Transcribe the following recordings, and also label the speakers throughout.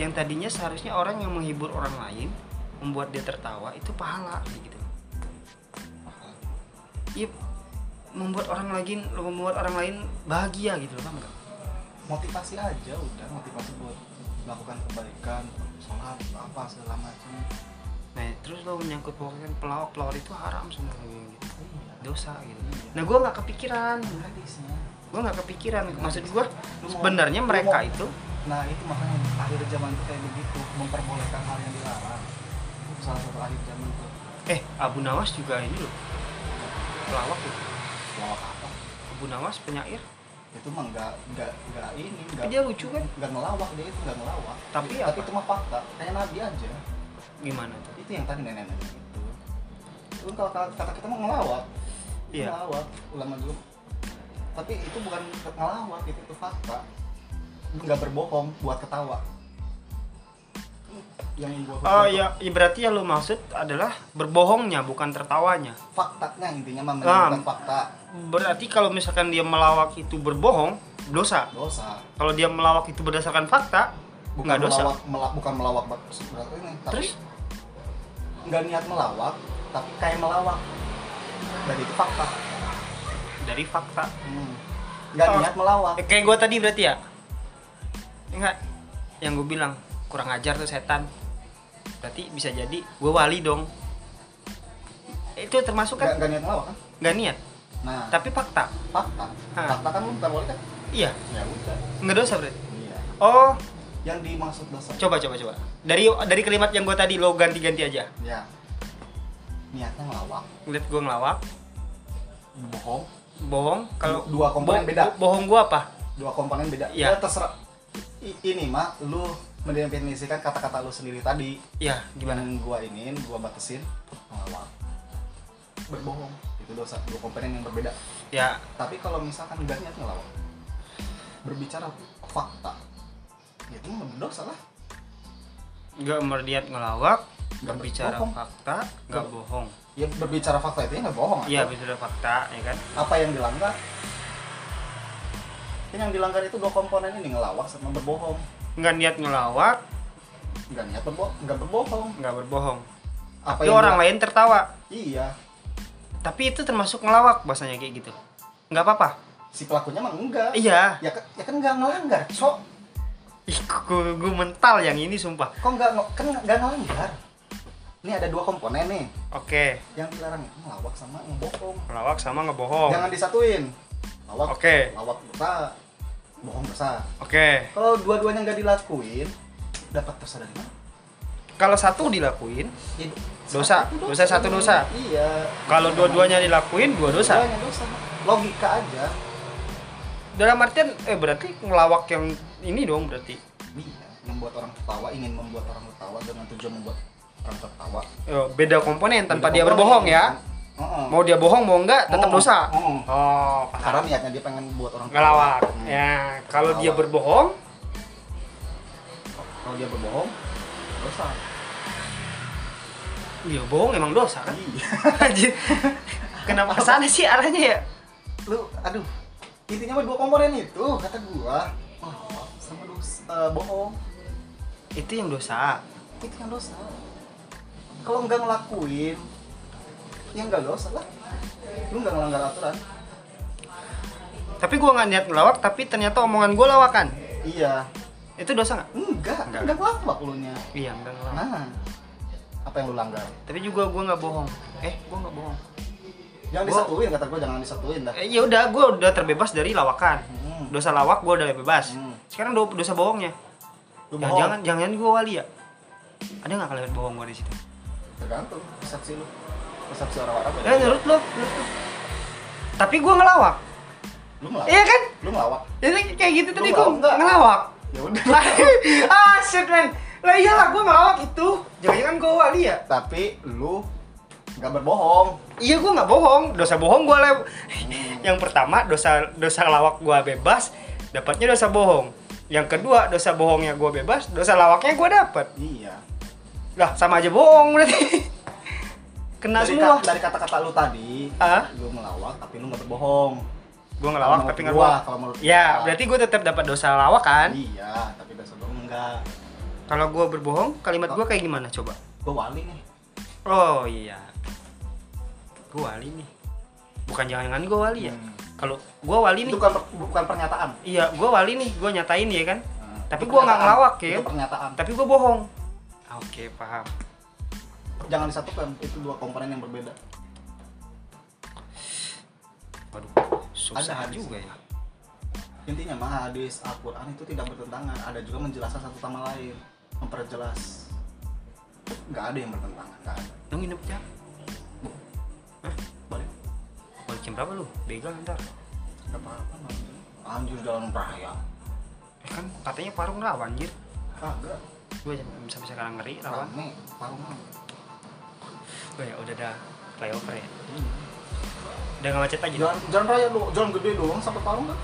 Speaker 1: yang tadinya seharusnya orang yang menghibur orang lain membuat dia tertawa itu pahala gitu iya membuat orang lain membuat orang lain bahagia gitu loh paham nggak?
Speaker 2: motivasi aja udah motivasi buat melakukan kebaikan sholat apa segala macam
Speaker 1: nah terus lo menyangkut pautkan pelawak pelawak itu haram semua gitu
Speaker 2: iya
Speaker 1: dosa gitu
Speaker 2: Iya.
Speaker 1: nah gue nggak kepikiran
Speaker 2: hadisnya
Speaker 1: gue nggak kepikiran maksud gue
Speaker 2: Lu mau-
Speaker 1: sebenarnya
Speaker 2: lu
Speaker 1: mereka
Speaker 2: mau-
Speaker 1: itu
Speaker 2: nah itu makanya akhir zaman tuh kayak begitu memperbolehkan hal yang dilarang itu salah satu akhir zaman tuh
Speaker 1: eh Abu Nawas juga ini loh pelawak loh
Speaker 2: lawak apa
Speaker 1: Abu Nawas penyair
Speaker 2: itu mah nggak nggak nggak ini nggak
Speaker 1: Dia lucu kan?
Speaker 2: nggak ngelawak dia itu nggak ngelawak
Speaker 1: Tapi
Speaker 2: tapi
Speaker 1: apa?
Speaker 2: itu mah fakta kayak nabi aja
Speaker 1: gimana tuh
Speaker 2: itu yang tadi nenek nenek itu lu kalau kata kata kita mah ngelawak
Speaker 1: Iya.
Speaker 2: ngelawak ulama dulu tapi itu bukan ngelawak itu, itu fakta lu nggak berbohong buat ketawa yang gua
Speaker 1: Oh ya, ya berarti yang lo maksud adalah berbohongnya bukan tertawanya.
Speaker 2: faktanya intinya mah menunjukkan fakta
Speaker 1: Berarti kalau misalkan dia melawak itu berbohong, dosa.
Speaker 2: dosa
Speaker 1: Kalau dia melawak itu berdasarkan fakta, nggak dosa.
Speaker 2: melawak mela- bukan melawak bak- seberat ini tapi
Speaker 1: Terus
Speaker 2: nggak niat melawak tapi kayak melawak dan itu fakta
Speaker 1: dari fakta.
Speaker 2: Hmm. nggak
Speaker 1: Oh.
Speaker 2: niat melawak
Speaker 1: Eh, kayak gue tadi berarti ya? Enggak. Yang gue bilang kurang ajar tuh setan. Berarti bisa jadi gue wali dong. Itu termasuk
Speaker 2: nggak
Speaker 1: kan
Speaker 2: nggak niat melawak kan
Speaker 1: nggak niat,
Speaker 2: nah
Speaker 1: tapi fakta.
Speaker 2: fakta
Speaker 1: Hah.
Speaker 2: fakta kan lu bukan boleh kan
Speaker 1: Iya,
Speaker 2: ya udah
Speaker 1: nggak dosa berarti.
Speaker 2: iya
Speaker 1: Oh,
Speaker 2: yang dimaksud dosa
Speaker 1: coba coba coba. Dari dari kalimat yang gue tadi lo ganti-ganti aja.
Speaker 2: ya niatnya melawak
Speaker 1: ngeliat gue ngelawak
Speaker 2: bohong
Speaker 1: bohong kalau
Speaker 2: Dua komponen
Speaker 1: bohong-
Speaker 2: beda.
Speaker 1: bohong gue apa
Speaker 2: dua komponen beda
Speaker 1: Iya.
Speaker 2: ya terserah I- ini mah lu mendefinisikan kata-kata lu sendiri tadi
Speaker 1: ya gimana
Speaker 2: yang gua iniin gua batasin melawak berbohong itu dosa dua komponen yang berbeda
Speaker 1: ya
Speaker 2: tapi kalau misalkan nggak niat ngelawak berbicara fakta ya itu mah berdosa lah
Speaker 1: nggak merdiat ngelawak nggak bicara
Speaker 2: bohong.
Speaker 1: fakta nggak
Speaker 2: Nggak-
Speaker 1: bohong
Speaker 2: ya berbicara fakta itu ya nggak bohong
Speaker 1: iya
Speaker 2: atau
Speaker 1: bicara fakta ya kan
Speaker 2: apa yang dilanggar Kan yang dilanggar itu dua komponen ini ngelawak sama berbohong
Speaker 1: nggak niat ngelawak
Speaker 2: nggak niat berbohong nggak berbohong
Speaker 1: nggak berbohong
Speaker 2: apa
Speaker 1: tapi orang
Speaker 2: dila-
Speaker 1: lain tertawa
Speaker 2: iya
Speaker 1: tapi itu termasuk ngelawak bahasanya kayak gitu nggak apa-apa
Speaker 2: si pelakunya mah enggak
Speaker 1: iya
Speaker 2: ya, kan- ya kan nggak ngelanggar so
Speaker 1: ih gue, mental yang ini sumpah
Speaker 2: kok nggak nge- kan nggak ngelanggar ini ada dua komponen nih
Speaker 1: oke
Speaker 2: yang dilarang itu ngelawak sama ngebohong
Speaker 1: ngelawak sama ngebohong
Speaker 2: jangan disatuin lawak
Speaker 1: Oke.
Speaker 2: lawak dosa bohong dosa
Speaker 1: oke
Speaker 2: kalau dua-duanya nggak dilakuin dapat dosa dari mana
Speaker 1: kalau satu dilakuin
Speaker 2: Ya,
Speaker 1: Dosa.
Speaker 2: satu
Speaker 1: Dosa, satu dosa.
Speaker 2: iya
Speaker 1: kalau dua-duanya dilakuin dua dosa
Speaker 2: Dua-duanya dosa logika aja
Speaker 1: dalam artian eh berarti ngelawak yang ini dong berarti
Speaker 2: iya membuat orang tertawa ingin membuat orang tertawa dengan tujuan membuat orang tertawa
Speaker 1: Eh, beda komponen tanpa dia
Speaker 2: Tidak boleh.
Speaker 1: berbohong ya
Speaker 2: Heeh.
Speaker 1: mau dia bohong mau enggak tetap
Speaker 2: Heeh.
Speaker 1: dosa
Speaker 2: Heeh.
Speaker 1: oh
Speaker 2: karena niatnya dia pengen buat orang
Speaker 1: ngelawak
Speaker 2: Hmm.
Speaker 1: ya kalau dia
Speaker 2: Ngelawak.
Speaker 1: berbohong
Speaker 2: kalau dia berbohong dosa
Speaker 1: dia ya bohong emang dosa kan
Speaker 2: iya
Speaker 1: Anjir. kenapa kesana sih arahnya ya
Speaker 2: lu aduh intinya mah dua komponen itu kata gua melawak sama dosa eh, bohong
Speaker 1: itu yang dosa
Speaker 2: itu yang dosa kalau nggak ngelakuin ya nggak dosa lah lu nggak ngelanggar aturan
Speaker 1: tapi gua nggak niat ngelawak tapi ternyata omongan gua lawakan
Speaker 2: iya
Speaker 1: itu dosa nggak
Speaker 2: enggak
Speaker 1: Nggak.
Speaker 2: enggak ngelawak lu nya
Speaker 1: iya enggak ngelawak
Speaker 2: nah apa yang lu langgar
Speaker 1: tapi juga gua nggak bohong eh gua nggak bohong
Speaker 2: jangan
Speaker 1: Gua-
Speaker 2: disatuin kata gua jangan disatuin dah
Speaker 1: eh, ya udah gua udah terbebas dari lawakan
Speaker 2: Hmm.
Speaker 1: dosa lawak gua udah bebas
Speaker 2: Hmm.
Speaker 1: sekarang do- dosa bohongnya Jangan-
Speaker 2: lu bohong
Speaker 1: Jangan jangan gue wali ya. Ada nggak kalimat bohong gue di situ?
Speaker 2: tergantung persepsi lu persepsi orang-orang
Speaker 1: Ya
Speaker 2: beda.
Speaker 1: menurut lo, menurut lo. Tapi gue ngelawak.
Speaker 2: lu ngelawak
Speaker 1: Iya kan?
Speaker 2: lu ngelawak
Speaker 1: Jadi kayak gitu
Speaker 2: Lu
Speaker 1: tadi gue
Speaker 2: ngelawak nggak?
Speaker 1: ngelawak.
Speaker 2: ya udah
Speaker 1: ah shit man. Lah iyalah gue ngelawak itu. Jangan-jangan gue wali ya?
Speaker 2: tapi lu nggak berbohong
Speaker 1: Iya gue nggak bohong. Dosa bohong gue lew. Yang pertama dosa dosa lawak gue bebas. Dapatnya dosa bohong. Yang kedua dosa bohongnya gue bebas. Dosa lawaknya gue dapat.
Speaker 2: iya
Speaker 1: Lah sama aja bohong berarti. Kena
Speaker 2: dari,
Speaker 1: Nah, semua.
Speaker 2: ka- dari kata-kata lu tadi
Speaker 1: Ah?
Speaker 2: lu melawak tapi lu nggak berbohong
Speaker 1: gue ngelawak
Speaker 2: Kalau
Speaker 1: tapi nggak
Speaker 2: menurut gua,
Speaker 1: bohong
Speaker 2: kalau menurut
Speaker 1: ya
Speaker 2: gua.
Speaker 1: berarti gue tetap dapat dosa lawak kan
Speaker 2: iya tapi dasar bohong enggak
Speaker 1: Kalau gue berbohong, kalimat gue kayak gimana coba?
Speaker 2: Gue wali nih.
Speaker 1: Oh iya, gue wali nih. Bukan jangan-jangan gue wali ya?
Speaker 2: Hmm.
Speaker 1: Kalau gue wali
Speaker 2: Itu
Speaker 1: nih,
Speaker 2: bukan per- bukan pernyataan.
Speaker 1: iya gue wali nih, gue nyatain ya kan.
Speaker 2: Nah,
Speaker 1: Tapi
Speaker 2: itu
Speaker 1: gua nggak
Speaker 2: pernyataan.
Speaker 1: ngelawak, ya.
Speaker 2: Itu pernyataan.
Speaker 1: Tapi gue bohong. Oke paham.
Speaker 2: Jangan disatukan. Itu dua komponen yang berbeda.
Speaker 1: Waduh, susah
Speaker 2: Ada hadis.
Speaker 1: juga ya.
Speaker 2: Intinya mah hadis Al-Qur'an itu tidak bertentangan, ada juga menjelaskan satu sama lain, memperjelas. Nggak ada yang bertentangan, nggak ada.
Speaker 1: Lu nginep jam?
Speaker 2: Balik.
Speaker 1: Balik jam berapa lu? Begal ntar.
Speaker 2: Nggak apa-apa. nggak apa-apa. Anjir jalan raya.
Speaker 1: Eh kan katanya parung rawan anjir.
Speaker 2: Kagak.
Speaker 1: Gue bisa bisa sekarang ngeri rawan.
Speaker 2: Rame, parung rame.
Speaker 1: Oh ya udah dah flyover ya.
Speaker 2: Hmm.
Speaker 1: Udah nggak macet lagi.
Speaker 2: Jalan, jalan raya lu, jalan gede doang sampai parung kan?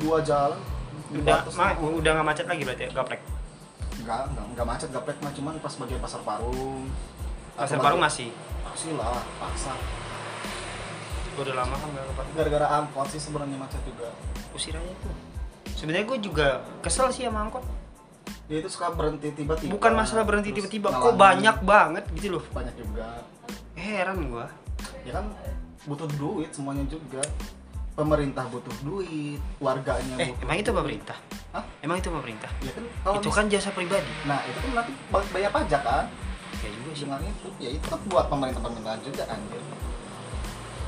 Speaker 2: Dua jalan.
Speaker 1: Udah,
Speaker 2: 200.
Speaker 1: ma, udah nggak macet lagi berarti ya, gaplek.
Speaker 2: Nggak, nggak, nggak macet, nggak plek mah cuman pas bagian pasar parung.
Speaker 1: Pasar
Speaker 2: Atau
Speaker 1: Baru
Speaker 2: bagian-
Speaker 1: masih.
Speaker 2: Pasti lah, paksa.
Speaker 1: Gue udah lama kan nggak ke pasar.
Speaker 2: Gara-gara angkot sih sebenarnya macet juga.
Speaker 1: Usir aja tuh. Sebenarnya gue juga kesel sih sama angkot.
Speaker 2: Dia itu suka berhenti tiba-tiba.
Speaker 1: Bukan masalah berhenti
Speaker 2: terus
Speaker 1: tiba-tiba. Kok
Speaker 2: ngalangin.
Speaker 1: banyak banget gitu loh.
Speaker 2: Banyak juga.
Speaker 1: Heran gue.
Speaker 2: ya kan butuh duit semuanya juga pemerintah butuh duit warganya
Speaker 1: Eh
Speaker 2: butuh
Speaker 1: emang itu pemerintah?
Speaker 2: Hah?
Speaker 1: Emang itu pemerintah?
Speaker 2: ya kan kalau
Speaker 1: itu
Speaker 2: mis-
Speaker 1: kan jasa pribadi.
Speaker 2: nah itu kan nanti ba- bayar pajak kan
Speaker 1: Ya juga sih.
Speaker 2: dengan itu ya itu kan buat pemerintah pemerintah juga kan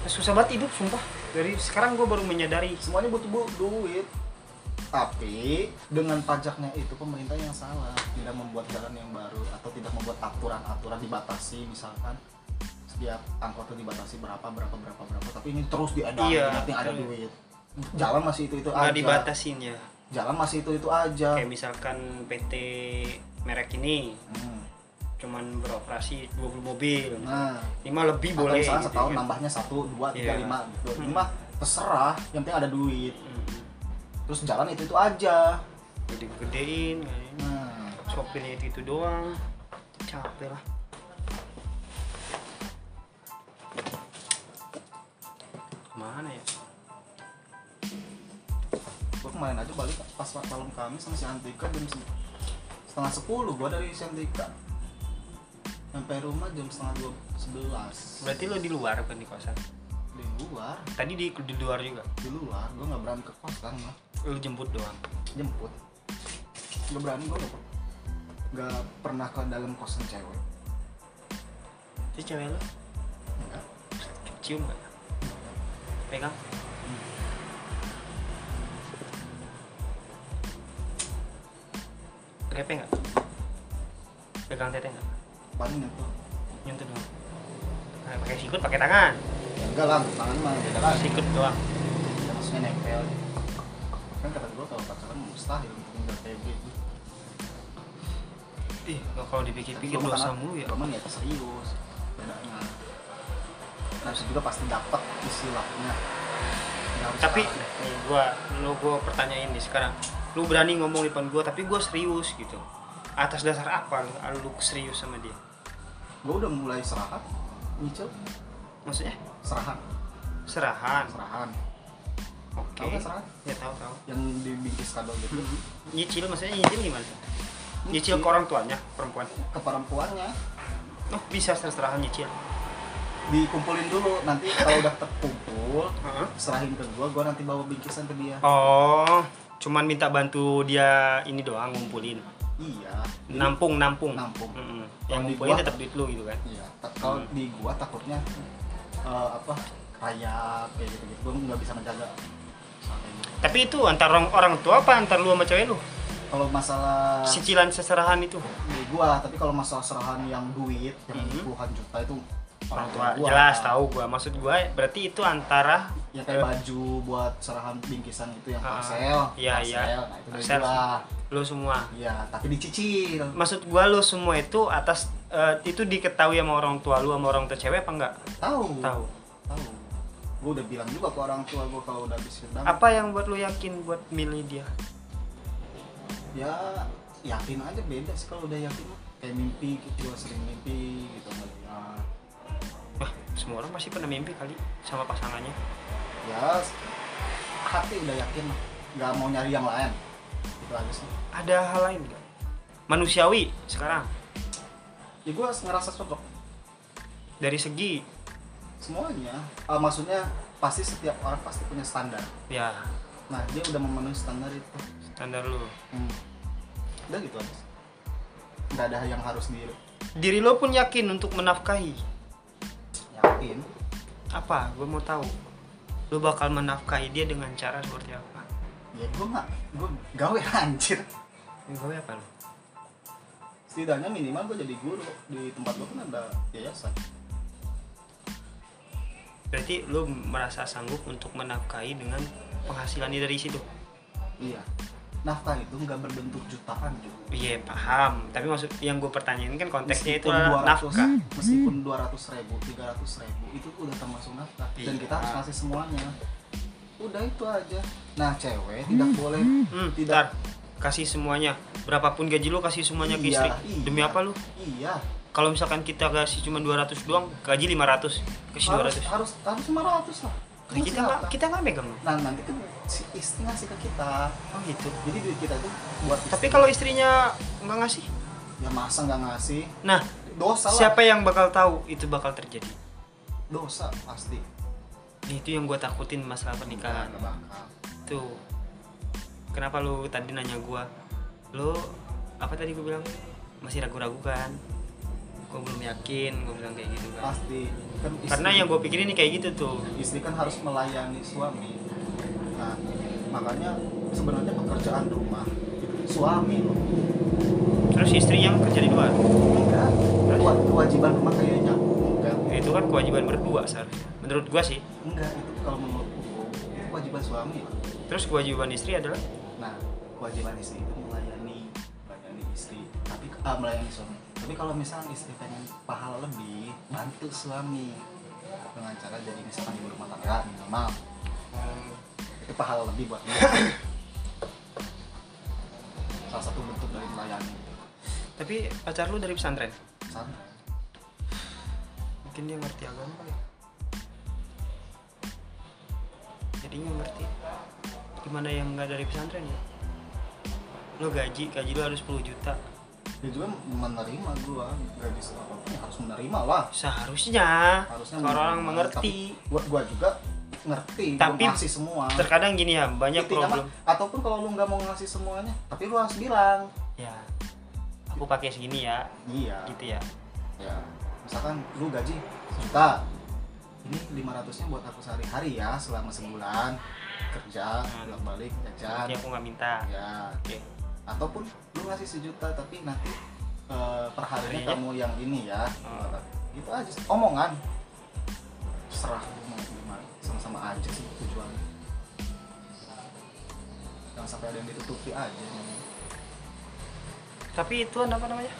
Speaker 1: Eh, Susah banget hidup sumpah. Dari sekarang gue baru menyadari
Speaker 2: semuanya butuh bu- duit tapi dengan pajaknya itu pemerintah yang salah tidak membuat jalan yang baru atau tidak membuat aturan-aturan dibatasi misalkan setiap angkot itu dibatasi berapa berapa berapa berapa tapi ini terus diadain
Speaker 1: Iya.
Speaker 2: yang penting ada duit jalan masih itu itu
Speaker 1: nggak
Speaker 2: aja
Speaker 1: dibatasin ya
Speaker 2: jalan masih itu itu aja
Speaker 1: kayak misalkan PT merek ini
Speaker 2: Hmm.
Speaker 1: cuman beroperasi 20 mobil
Speaker 2: Nah,
Speaker 1: lima lebih
Speaker 2: atau
Speaker 1: boleh
Speaker 2: misalnya
Speaker 1: gitu
Speaker 2: setahun
Speaker 1: kan.
Speaker 2: nambahnya satu, dua, tiga,
Speaker 1: Iya.
Speaker 2: lima, gitu. Ini mah terserah, yang penting ada duit.
Speaker 1: Mm-mm.
Speaker 2: Terus jalan itu itu aja.
Speaker 1: gede-gedein kan.
Speaker 2: Nah,
Speaker 1: sopirnya itu, itu doang capek lah kemana ya
Speaker 2: gua kemarin aja balik pas malam kami sama si Antika jam se- setengah sepuluh, gua dari si Antika. Sampai rumah jam setengah dua sebelas.
Speaker 1: berarti lo di luar bukan di kosan
Speaker 2: Di luar,
Speaker 1: tadi di, di luar juga
Speaker 2: di luar, gua nggak berani ke kos kan, mah.
Speaker 1: lo jemput doang
Speaker 2: jemput. Nggak berani gua nggak per- nggak pernah ke dalam kosan cewek.
Speaker 1: terus cewek lo
Speaker 2: Enggak.
Speaker 1: cium gak pegang grepe nggak pegang tete nggak
Speaker 2: Paling itu.
Speaker 1: nyentuh doang nah, pakai sikut pakai tangan
Speaker 2: Enggak lah, tangan mah beda lagi.
Speaker 1: sikut doang
Speaker 2: Ya, maksudnya nempel kan kata gue kalau pacaran mustahil untuk tinggal kayak gitu
Speaker 1: ih nggak kalau dipikir-pikir
Speaker 2: Gua
Speaker 1: dosa
Speaker 2: makan-
Speaker 1: mulu ya
Speaker 2: gua mah niatnya Iya, serius bedanya nah itu juga pasti dapat istilahnya Nggak harus
Speaker 1: tapi
Speaker 2: takut.
Speaker 1: nih gua lu gua pertanyain nih sekarang lu berani ngomong di depan gua tapi gua serius gitu atas dasar apa lu, ah, lu serius sama dia
Speaker 2: gue udah mulai serahan nyicil
Speaker 1: maksudnya
Speaker 2: serahan
Speaker 1: serahan
Speaker 2: serahan
Speaker 1: oke
Speaker 2: Tahu nggak serahan
Speaker 1: ya tahu tahu
Speaker 2: yang dibingkis kado gitu
Speaker 1: nyicil maksudnya nyicil gimana nyicil ke orang tuanya perempuan
Speaker 2: ke perempuannya
Speaker 1: oh bisa serah-serahan nyicil
Speaker 2: dikumpulin dulu nanti kalau udah terkumpul
Speaker 1: Heeh.
Speaker 2: serahin ke gue gue nanti bawa bingkisan ke dia
Speaker 1: oh cuman minta bantu dia ini doang ngumpulin
Speaker 2: iya Jadi-
Speaker 1: nampung nampung
Speaker 2: Nampung.
Speaker 1: Mm-mm.
Speaker 2: Yang
Speaker 1: yang
Speaker 2: di
Speaker 1: ngumpulin
Speaker 2: gua-
Speaker 1: tetap duit lu gitu kan
Speaker 2: Iya, ta- kalau di gua takutnya eh, apa rayap kayak gitu gitu, gua nggak bisa menjaga. Soal kayak gitu.
Speaker 1: tapi itu antar orang, orang tua apa antar lu sama cewek lu
Speaker 2: Kalau masalah
Speaker 1: cicilan seserahan itu
Speaker 2: di gua, tapi kalau masalah serahan yang duit yang
Speaker 1: Mhm.
Speaker 2: puluhan juta itu
Speaker 1: orang tua jelas tahu gua maksud gua berarti itu antara
Speaker 2: Yang
Speaker 1: eh,
Speaker 2: Ya, kayak baju buat serahan bingkisan itu yang
Speaker 1: Ah,
Speaker 2: parcel,
Speaker 1: iya, iya.
Speaker 2: parcel, nah itu dari
Speaker 1: Parcel.
Speaker 2: gua.
Speaker 1: lu semua
Speaker 2: Iya, tapi dicicil.
Speaker 1: maksud gua lu semua itu atas eh, itu diketahui sama orang tua lu sama orang tua cewek apa enggak
Speaker 2: Tahu.
Speaker 1: tahu
Speaker 2: Tahu. Gua udah bilang juga ke orang tua gua kalau udah habis sidang,
Speaker 1: apa yang buat lu yakin buat milih dia
Speaker 2: ya yakin aja beda sih kalau udah yakin mah. kayak mimpi gitu gua sering mimpi gitu ngeliat
Speaker 1: Wah, semua orang pasti pernah mimpi kali sama pasangannya
Speaker 2: ya hati udah yakin lah nggak mau nyari yang lain itu aja sih
Speaker 1: ada hal lain nggak manusiawi sekarang
Speaker 2: ya gue ngerasa cocok
Speaker 1: dari segi
Speaker 2: semuanya Eh, maksudnya pasti setiap orang pasti punya standar
Speaker 1: ya
Speaker 2: nah dia udah memenuhi standar itu
Speaker 1: standar lu
Speaker 2: hmm. udah gitu aja sih. nggak ada yang harus di
Speaker 1: diri lo pun yakin untuk menafkahi
Speaker 2: yakin
Speaker 1: apa gue mau tahu lo bakal menafkahi dia dengan cara seperti apa
Speaker 2: ya gue nggak gue gawe anjir
Speaker 1: gue apa lo
Speaker 2: setidaknya minimal gue jadi guru di tempat gue kan ada yayasan
Speaker 1: berarti lo merasa sanggup untuk menafkahi dengan penghasilannya dari situ
Speaker 2: iya nafkah itu nggak berbentuk jutaan juga
Speaker 1: iya paham tapi maksud yang gue pertanyain kan konteksnya itu adalah
Speaker 2: 200,
Speaker 1: nafkah
Speaker 2: meskipun 200 ribu 300 ribu itu udah termasuk nafkah dan
Speaker 1: Iya.
Speaker 2: kita harus ngasih semuanya udah itu aja nah cewek tidak boleh
Speaker 1: hmm,
Speaker 2: tidak
Speaker 1: ntar kasih semuanya berapapun gaji lo kasih semuanya ke istri demi
Speaker 2: iya.
Speaker 1: apa lo
Speaker 2: iya
Speaker 1: kalau misalkan kita kasih cuma 200 doang gaji 500 kasih
Speaker 2: harus
Speaker 1: 200
Speaker 2: harus harus 500 lah
Speaker 1: Nah, kita
Speaker 2: Ngasih
Speaker 1: nggak
Speaker 2: nafkah.
Speaker 1: kita nggak megang
Speaker 2: nah nanti kan si istri ngasih ke kita
Speaker 1: oh gitu
Speaker 2: jadi duit kita itu buat
Speaker 1: tapi
Speaker 2: istri.
Speaker 1: kalau istrinya nggak ngasih
Speaker 2: ya masa nggak ngasih
Speaker 1: nah
Speaker 2: dosa lah
Speaker 1: siapa yang bakal tahu itu bakal terjadi
Speaker 2: dosa pasti
Speaker 1: Nah, itu yang gue takutin masalah pernikahan
Speaker 2: Nggak bakal.
Speaker 1: tuh kenapa lu tadi nanya gua lu apa tadi gue bilang masih ragu-ragu kan gue belum yakin gue bilang kayak gitu kan
Speaker 2: pasti kan istri-
Speaker 1: karena yang gue pikirin ini kayak gitu tuh
Speaker 2: istri kan harus melayani suami nah makanya sebenarnya pekerjaan rumah itu suami loh
Speaker 1: terus istri yang kerja di luar
Speaker 2: enggak Kewa- kewajiban rumah kayak nyapu enggak
Speaker 1: Ya, itu kan kewajiban berdua seharusnya menurut gua sih
Speaker 2: enggak itu kalau menurut hukum itu kewajiban suami loh.
Speaker 1: terus kewajiban istri adalah
Speaker 2: nah kewajiban istri itu melayani melayani istri tapi ah, melayani suami tapi kalau misalnya istri pengen pahala lebih bantu suami dengan cara jadi misalkan ibu rumah tangga minimal itu pahala lebih buat dia salah satu bentuk dari melayani
Speaker 1: tapi pacar lu dari pesantren
Speaker 2: santai
Speaker 1: mungkin dia ngerti agama kali ya. jadinya ngerti gimana yang nggak dari pesantren ya lo gaji gaji lo harus 10 juta
Speaker 2: dia juga menerima gua gratis apa pun harus menerima lah
Speaker 1: seharusnya
Speaker 2: harusnya
Speaker 1: kalau orang
Speaker 2: menerima.
Speaker 1: mengerti
Speaker 2: Tapi gua, gua juga ngerti
Speaker 1: Tapi-
Speaker 2: gua ngasih semua
Speaker 1: terkadang gini ya banyak
Speaker 2: Intinya mah,
Speaker 1: problem
Speaker 2: ataupun kalau lu nggak mau ngasih semuanya tapi lu harus bilang
Speaker 1: ya aku pakai segini ya
Speaker 2: iya
Speaker 1: gitu ya
Speaker 2: ya misalkan lu gaji sejuta ini 500 nya buat aku sehari-hari ya selama sebulan kerja
Speaker 1: Nah,
Speaker 2: bolak balik
Speaker 1: nanti
Speaker 2: jajan
Speaker 1: aku nggak minta
Speaker 2: ya
Speaker 1: oke
Speaker 2: ataupun lu ngasih sejuta tapi nanti eh,
Speaker 1: Harinya?
Speaker 2: perharinya kamu yang ini ya
Speaker 1: Hmm.
Speaker 2: gitu aja sih. omongan serah lu mau gimana sama-sama aja sih tujuannya jangan sampai ada yang ditutupi aja
Speaker 1: tapi itu apa namanya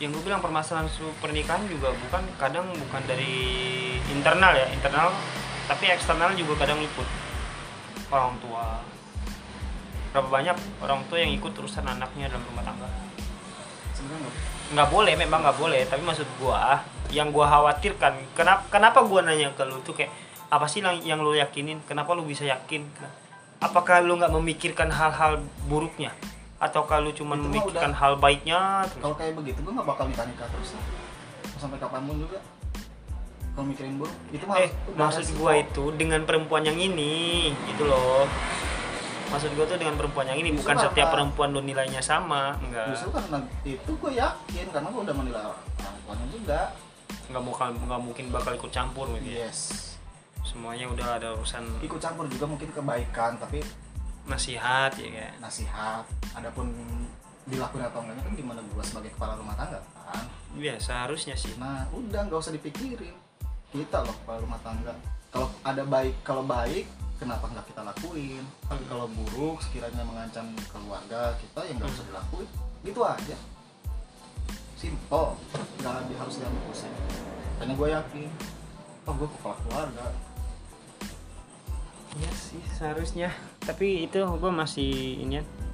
Speaker 1: yang gue bilang permasalahan su- pernikahan juga bukan kadang bukan dari internal ya internal tapi eksternal juga kadang ikut orang tua berapa banyak orang tua yang ikut urusan anaknya dalam rumah tangga
Speaker 2: sebenarnya nggak
Speaker 1: nggak boleh memang nggak boleh tapi maksud gua yang gua khawatirkan kenapa kenapa gua nanya ke lu tuh kayak apa sih yang yang lu yakinin kenapa lu bisa yakin apakah lu nggak memikirkan hal-hal buruknya ataukah lu cuma
Speaker 2: Itu mah
Speaker 1: memikirkan hal baiknya terus?
Speaker 2: kalau kayak begitu gue nggak bakal nikah nikah terus lah. Mau sampai kapanpun juga kalau mikirin buruk itu mah
Speaker 1: eh
Speaker 2: harus- udah
Speaker 1: maksud
Speaker 2: resiko.
Speaker 1: gua itu dengan perempuan yang ini gitu loh maksud gua tuh dengan perempuan yang ini
Speaker 2: Justru
Speaker 1: bukan setiap
Speaker 2: apa?
Speaker 1: perempuan lu nilainya sama enggak
Speaker 2: justru karena itu gue yakin karena gue udah menilai orang tuanya juga
Speaker 1: nggak mau nggak mungkin bakal ikut campur gitu ya.
Speaker 2: yes
Speaker 1: semuanya udah ada urusan
Speaker 2: ikut campur juga mungkin kebaikan tapi
Speaker 1: nasihat ya kan
Speaker 2: nasihat adapun dilakuin atau enggaknya kan gimana gue sebagai kepala rumah tangga kan
Speaker 1: ya seharusnya sih
Speaker 2: nah udah nggak usah dipikirin kita loh kepala rumah tangga kalau ada baik kalau baik kenapa nggak kita lakuin tapi kalau buruk sekiranya mengancam keluarga kita yang nggak usah dilakuin gitu aja simple nggak di- harus diambil pusing karena gue yakin oh gue kepala keluarga
Speaker 1: Iya sih seharusnya. Tapi itu gue masih ini ya,